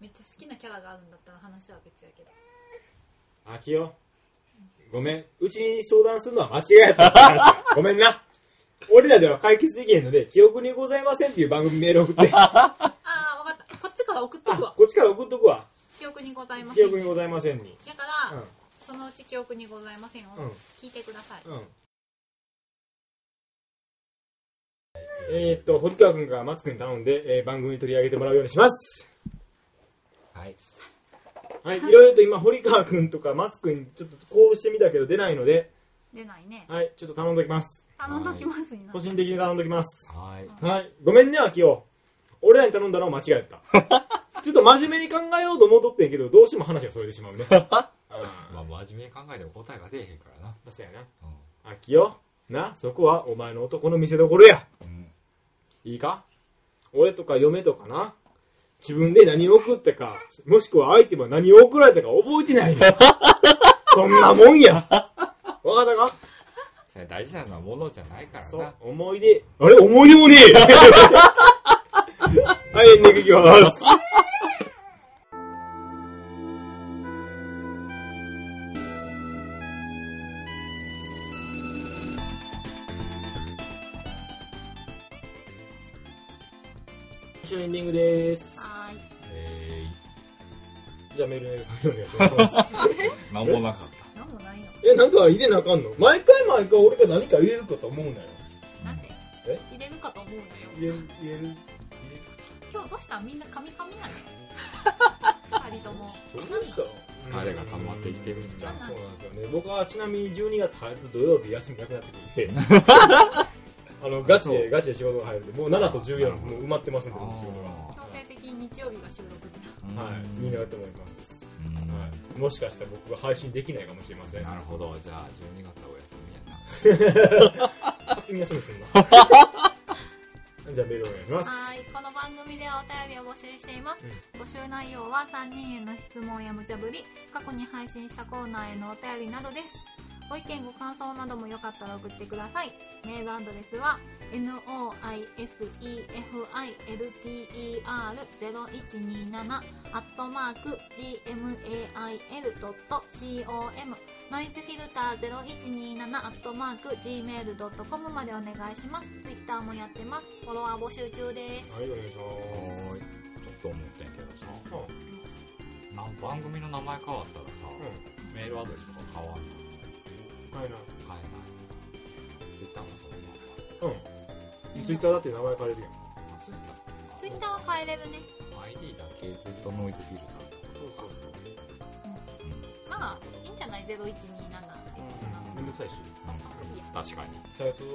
めっちゃ好きなキャラがあるんだったら話は別やけど
あきよ。ごめん。うちに相談するのは間違いやったって話や。ごめんな。俺らでは解決できへんので、記憶にございませんっていう番組メール送 って。あ、
ああ分かったこっちから送っとくわ
こっちから送っとくわ。
記憶にございませ
記
ん
憶にございませんに。
だから、
う
そのうち記憶にございませんを
うん
聞いてください、
ん。うん。えー、っと、堀川くんが松くんに頼んで、えー番組に取り上げてもらうようにします。
はい
はい、いろいろと今、堀川くんとか松くんにちょっとこうしてみたけど出ないので、
出ないね。
はい、ちょっと頼んどきます。
頼んどきますにな
個。人的に頼んどきます。
はい。
はい、ごめんね、秋夫。俺らに頼んだのは間違えた。 ちょっと真面目に考えようと思うとってんけど、どうしても話がそれてしま うね。
まあ、真面目に考えても答えが出えへんからな。
だせやな。秋夫、な、そこはお前の男の見せ所や。
うん。
いいか俺とか嫁とかな、自分で何を送ったか、もしくは相手は何を送られたか覚えて ないよ。そんなもんや。わかったか
それ大事なのは物じゃないから
そう
な。、
思い出。あれ思い出もねえ はい、エンディングいきます。一緒にエンディングです。
はーい。
え
じゃあメールねお願いし ます。
ー、なんもなかっ
なんもないの。
え、なんか入れなあかんの毎回毎回俺が何か入れるかと思うんだよ。
なんで
え
入れるかと思うのよ。
入れる、入れる。
今日どうしたみんなカミカミ やね。二人とも。
した
疲れが溜まってきてるんじ
ゃん
そうなんですよね。僕はちなみに12月入ると土曜日休みなくなってくるんで、 あの、ガチ
そ
で、ガチで仕事が入るんで、もう7と14はもう埋まってますん
た。
で、僕仕事が。
強制的に日曜日が収録になる。
うん
はい、になると思います。
うん
はい。もしかしたら僕が配信できないかもしれません。
なるほど。じゃあ、12月はお休みやな。
勝手に休みす るの。じゃあメールお願いします。
はーい。この番組ではお便りを募集しています。
うん
募集内容は3人への質問や無茶ぶり過去に配信したコーナーへのお便りなどですご意見ご感想などもよかったら送ってくださいメールアドレスは noisefilter0127 アットマーク gmail.com ノイズフィルター0127アットマーク gmail.com までお願いします Twitter もやってますフォロワー募集中です
はい、お願いします。
はーい。ちょっと思ってんけどさ、
うん
なん番組の名前変わったらさ、
う
メールアドレスとか変わんの
ん。はいな。
変えない。ツイッターもそれも
うん。ツイッターだって名前変えれるやん。
ツイッター。
ツイッターは変えれるね
ID だけずっとノイズフィルターとか。
そうそうそう。
まあいいんじゃない0127
めんどくさいし。
なんか
いや
確かに。
サイト、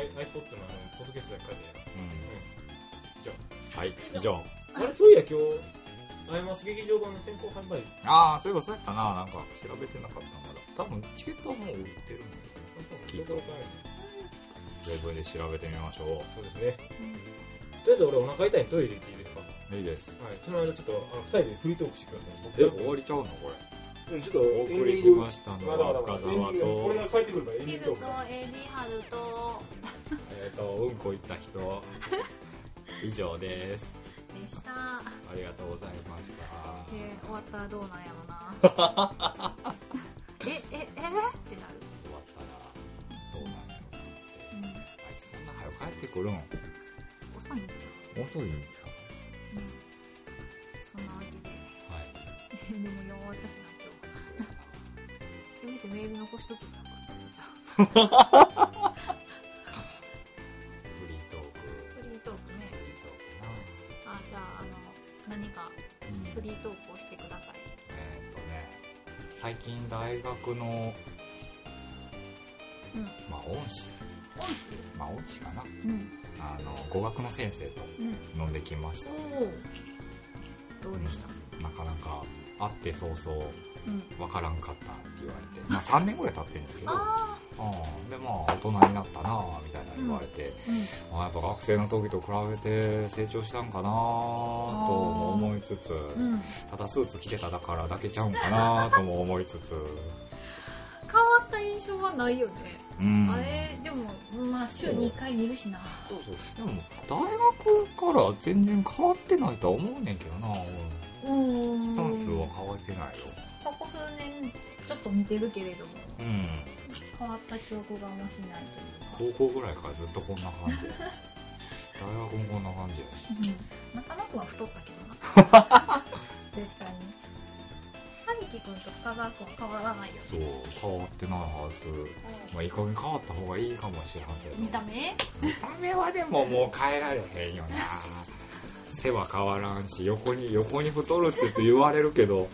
あの i- iPod のあのポッドキャストだけ書いてやる。
はい、以上。
あれ、そういや、今日、アイマス劇場版の先行販売、
ああ、そういえばそうやったな。なんか調べてなかったまだ。多分チケットはもう売ってるんだよ。聞いた
そう
ウェブで調べてみましょ
ですね。とり
うん
あえず俺お腹痛いんでトイレ行っていいですか
う。
はい。
いいです。
その間ちょっと、あの、二人でフリートークしてください。
え、終わりちゃうのこ
うん、ちょっと、
れ。お
エンデ
送り
ィン
し
グ
ましたの
まだま
は
だ
深
まだ、エンディン
澤
グ、これが帰
と、
ってくるからエンディン
ヒ
グ
グ
ト
と
ー
AD ハルと
えっと、うんこ行った人。 以上です。
でした
ありがとうございました。
で終わったらどうなんやろ なえええってな
終
る、
わったら、どうなんやろうなって。
うん、
あいつそんな早く帰ってくるん
遅いんちゃ
遅いんち
うねそんなわけで
ゃうはい。
メールもよ終わったしな今日せめてメール残しときゃよかったのにさ
フリートーク。
フリートーク
フ
ね
リートークな
あじゃああの何かフリートークをしてください
えーっとね、最近大学の、
うん
まあ恩師、
恩師
まあ恩師かな。
うん
あの、語学の先生と
うん
飲んできました。
おおどうでした
なかなか会って早々
うん
わからんかったって言われて、まあ3年ぐらい経ってんだけど、
あ
うんでまあ大人になったなぁみたいな言われて、
あうん
あやっぱ学生の時と比べて成長したんかなぁとも思いつつ、
うん
ただスーツ着てただからだけちゃうんかなとも思いつつ、
変わった印象はないよね、
うん、
あれでもまあ週2回見るしな
そうそうでも大学から全然変わってないとは思うねんけどな俺
うーん
スタンスは変わってないよ
ここ数年ちょっと似てるけれども
うん
変わった記憶があんましないというか
高校ぐらいからずっとこんな感じ 大学もこんな感じやし
うん中野くんは太ったけどな絶対に兄貴くんと深澤くんは変わらないよ
そう変わってないはずまあいい加減変わった方がいいかもしれんけど
見た目
見た目はでももう変えられへんよな 背は変わらんし横に横に太るって言って言われるけど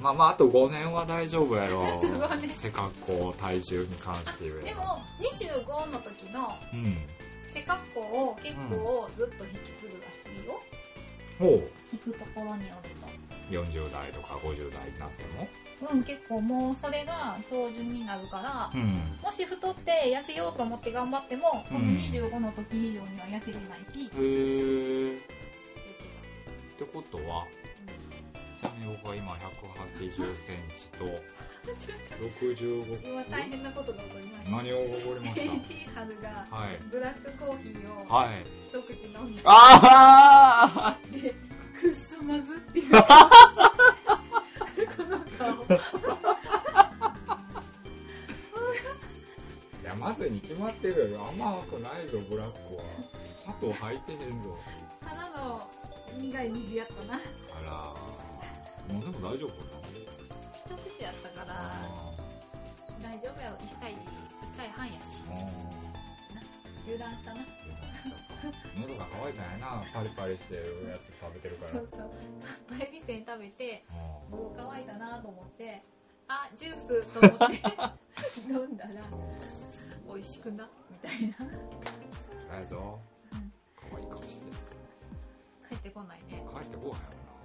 まあまあ、あと5年は大丈夫や ろ
五年。
背格好、体重に関して言えば。
でも、25の時の
うん。
背格好を結構ずっと引き継ぐらしいよ。
ほう。
聞くところによると。
40代とか50代になっても。
うん、結構もうそれが標準になるから、
うん。
もし太って痩せようと思って頑張っても、その
うん
25の時以上には痩せれないし、
へー。っ
言っ
て
て
ことは、ちなみに僕は今180センチと
た
65。
今大変なことが起こりました。
何をおごりまし
AT 春が
たはい。
ブラックコーヒーを
はい。
一口飲んで、
あ
でくっそまずっていう。この顔。
あいや、まずに決まってるよ。あんま甘くないぞ、ブラックは。砂糖入ってへんぞ。
ただの苦い水やったな。
あらもうでも大丈夫か
一口やったか
な
ら、大丈夫やろ。1歳、1歳半やし。
あ
油断したな。
ー喉が渇いたんやなパリパリしてるやつ食べてるから
そうそう。カッパエビせん食べて、
う
もう乾いたなと思って、あ、ジュースと思 って飲んだら、美味しくな、みたいな。
ん偉いぞ
うん
可愛い顔して
帰ってこないね。
帰ってこうへんよなあ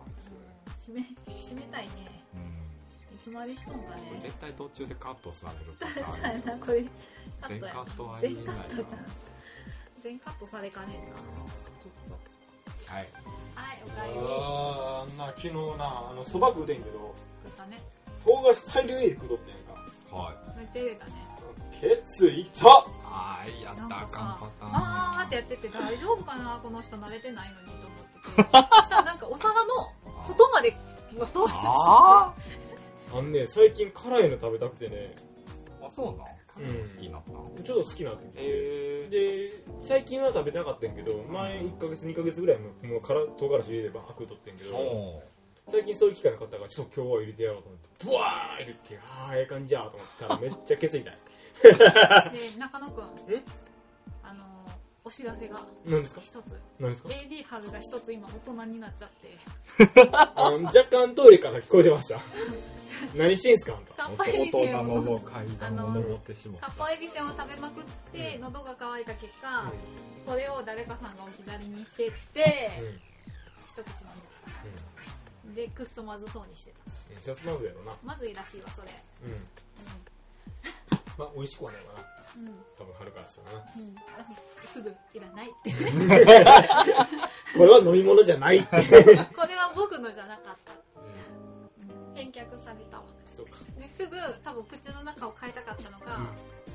いつ
締め、締めたいね。
うん
いつまでしとんかね。
これ絶対途中でカットすられるって
そう
な
やな、これ、カッ
全
トや
カ
な。
ットは言え
全
ない
カ
な
ットじゃん。全カットされかねえ
はい
な。はい、おかえり。
あーな昨日なあのそば食うてんけど
食ったね。
唐辛子大量に食うとってんやんか
はい
めっちゃ入れたね。
ケツいった
あーやった
なん
あか
か
んパ
さ
ターン
あーってやってて大丈夫かなこの人慣れてないのにと思ってて。そしたらなんかお皿の 外まで、うわそう
あ
あんね最近辛いの食べたくてね
ーあそうなんカレーが好きになった
ちょっと好きになってきて、
えー
で最近は食べてなかったんやけど前1ヶ月2ヶ月ぐらいももう辛唐辛子入れれば白とってんけど
おー
最近そういう機会なかったからちょっと今日は入れてやろうと思ってブワー入れてああええ感じやと思ったらめっちゃケツ痛い
で、中野くん。あのー、お知らせが
何ですか
一つ。
何 ですか
AD ハルが一つ今大人になっちゃって。
あの若干トイレから聞こえてました 何してんすかあんた
カッパエビ
大
せ
人
ん
の
を、
階段を登ってしまった
カッパエビせんを食べまくって、喉が渇いた結果、これを誰かさんが置き去りにしてって、
うんうん
一口飲んでた。で、くっそまずそうにしてた。
うんさすまずやろな
まずいらしいわ、それ。
うんまあ美味しくはないかな
うん。うん。
多分春からしたらな
うん。すぐいらないって。
これは飲み物じゃない って、
これは僕のじゃなかった。うん返却されたわ。
そうか
ですぐ多分口の中を変えたかったのが、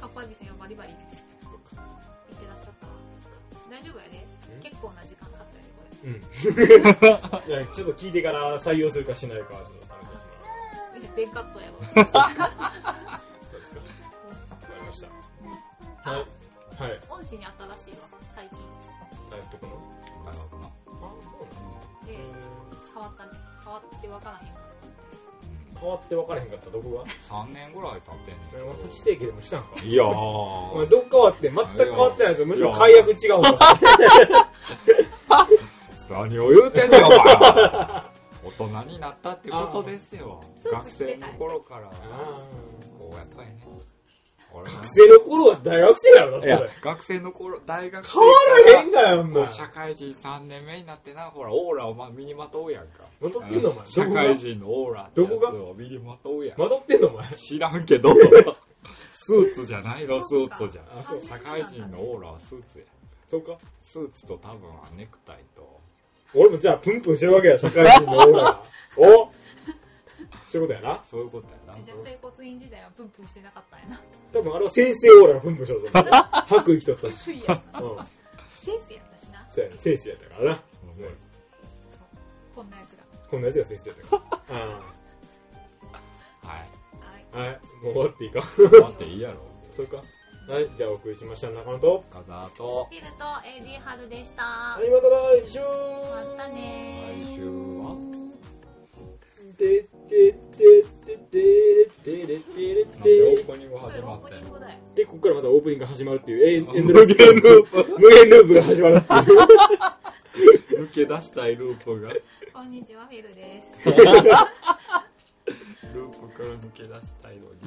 カッパエビせんをバリバリいって
そうから
っしゃったわ大丈夫やで
うん
結構な時間かかったよねこ
うんいやちょっと聞いてから採用するかしないかはちょっと話してもら
れ全カット やろ
うそうですかわかりました
あ
はいはい
恩師にあったらしいわ最近
えっとこの
大学な
あそうなの
で変わったね変わってわからへんかった
変わって分からへんかったどこが
3年ぐらい経ってんね
え私定期でもしたんか
いや
お前
ー
どっ変わって全く変わってないんですよむしろ解約違うもん
何を言うてんの よお前大人になったってことですよ
あー
学生の頃から
あ
こうやっぱりね俺
ー
も
学生の頃は大学生やろだっ
い
て
や
それ
学生の頃大学生
変わらへんがよお
こ
前
う社会人3年目になってなほらオーラをま身にまとうやんか
まとってんのお前
社会
どこ
人のオーラってやつを身にまとうやん
がまとってんのお前
知らんけどスーツじゃないのス
そっか
ーツじゃ
あそう
社会人のオーラはスーツや
そうか
スーツと多分はネクタイと
俺もじゃあプンプンしてるわけや社会人のオーラおそういうことやな
そういうことやな
じゃあ整骨院時代はプンプンしてなかったんや な
多分あれは先生オーラがプンプンしようと思う吐く人とし
いやな
うん
先生やったし な
そうやな先生やったからな
うん
そうこんなやつが
こんなやつが先生やったからあ
はい
はい
あはいもう終わっていいか
だっていいやろ
そうかはいじゃあお送りしました中野と
深澤と
フィルと AD ハルでした
りがとう来週
またね
来
ー
週は
でででででででで
なんでオ
で
ープニング
それ
始ま
オ
っ
ープ
てん
ニングだよ
でここからまたオープニングが始まるっていうえエンドレ
無
ス
限ルー
無限ループが始まるっていう
プ抜け出したいループが
こんにちはフィルです
から抜け出したいのに。